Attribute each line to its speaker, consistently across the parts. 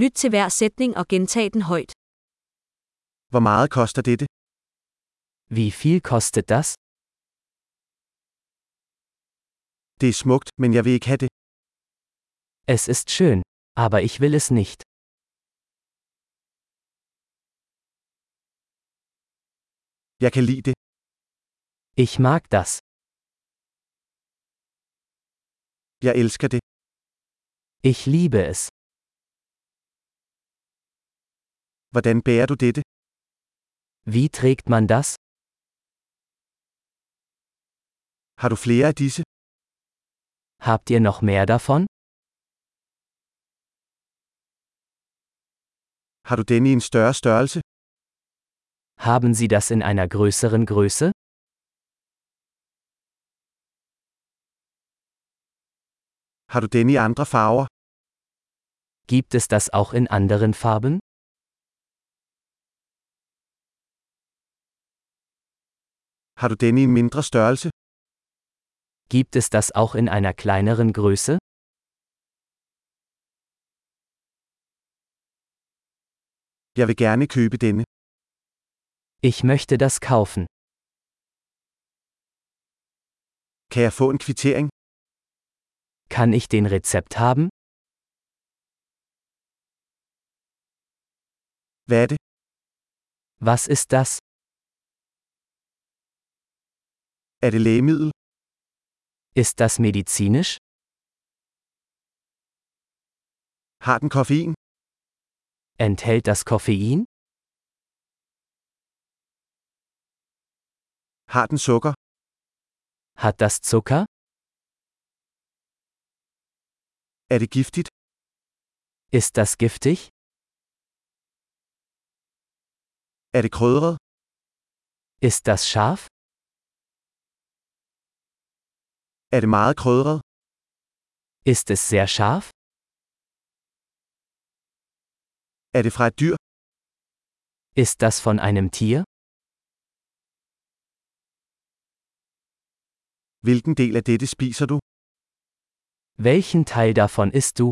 Speaker 1: Lyt til hver sætning og gentag den højt.
Speaker 2: Hvor meget koster dette?
Speaker 3: Wie viel kostet das?
Speaker 2: Det er smukt, men jeg vil ikke have det.
Speaker 3: Es ist schön, aber ich will es nicht.
Speaker 2: Jeg kan lide det.
Speaker 3: Ich mag das.
Speaker 2: Jeg elsker det.
Speaker 3: Ich liebe es.
Speaker 2: Hvordan bærer du dette?
Speaker 3: Wie trägt man das?
Speaker 2: Har du flere af disse?
Speaker 3: Habt ihr noch mehr davon?
Speaker 2: Har du denne i en større størrelse?
Speaker 3: Haben Sie das in einer größeren Größe?
Speaker 2: Har du denne i andre farver?
Speaker 3: Gibt es das auch in anderen Farben?
Speaker 2: Har du denne i en mindre størrelse?
Speaker 3: Gibt es das auch in einer kleineren Größe?
Speaker 2: Jeg vil gerne købe denne.
Speaker 3: Ich möchte das kaufen.
Speaker 2: Kan jeg få en kvittering?
Speaker 3: Kann ich den Rezept haben?
Speaker 2: Hvad er det?
Speaker 3: Was ist das?
Speaker 2: Er det lægemiddel?
Speaker 3: Ist das medizinisch?
Speaker 2: Har den koffein?
Speaker 3: Enthält das Koffein?
Speaker 2: Har den sukker?
Speaker 3: Hat das Zucker?
Speaker 2: Er det giftigt?
Speaker 3: Ist das giftig?
Speaker 2: Er det krydret?
Speaker 3: Ist das scharf?
Speaker 2: Er det meget krydret?
Speaker 3: Ist es sehr scharf?
Speaker 2: Er det fra et dyr?
Speaker 3: Ist das von einem Tier?
Speaker 2: Hvilken del af dette spiser du?
Speaker 3: Welchen Teil davon isst du?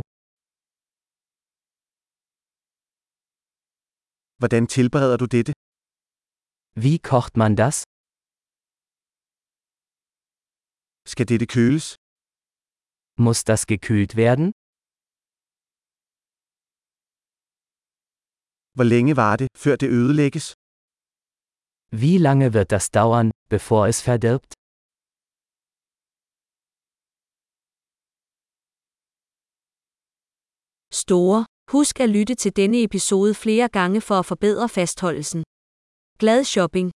Speaker 2: Hvordan tilbereder du dette?
Speaker 3: Wie kocht man das?
Speaker 2: Skal dette køles?
Speaker 3: Muss das gekühlt werden?
Speaker 2: Hvor længe var det, før det ødelægges?
Speaker 3: Wie lange wird das dauern, bevor es verdirbt?
Speaker 1: Store. Husk at lytte til denne episode flere gange for at forbedre fastholdelsen. Glad shopping!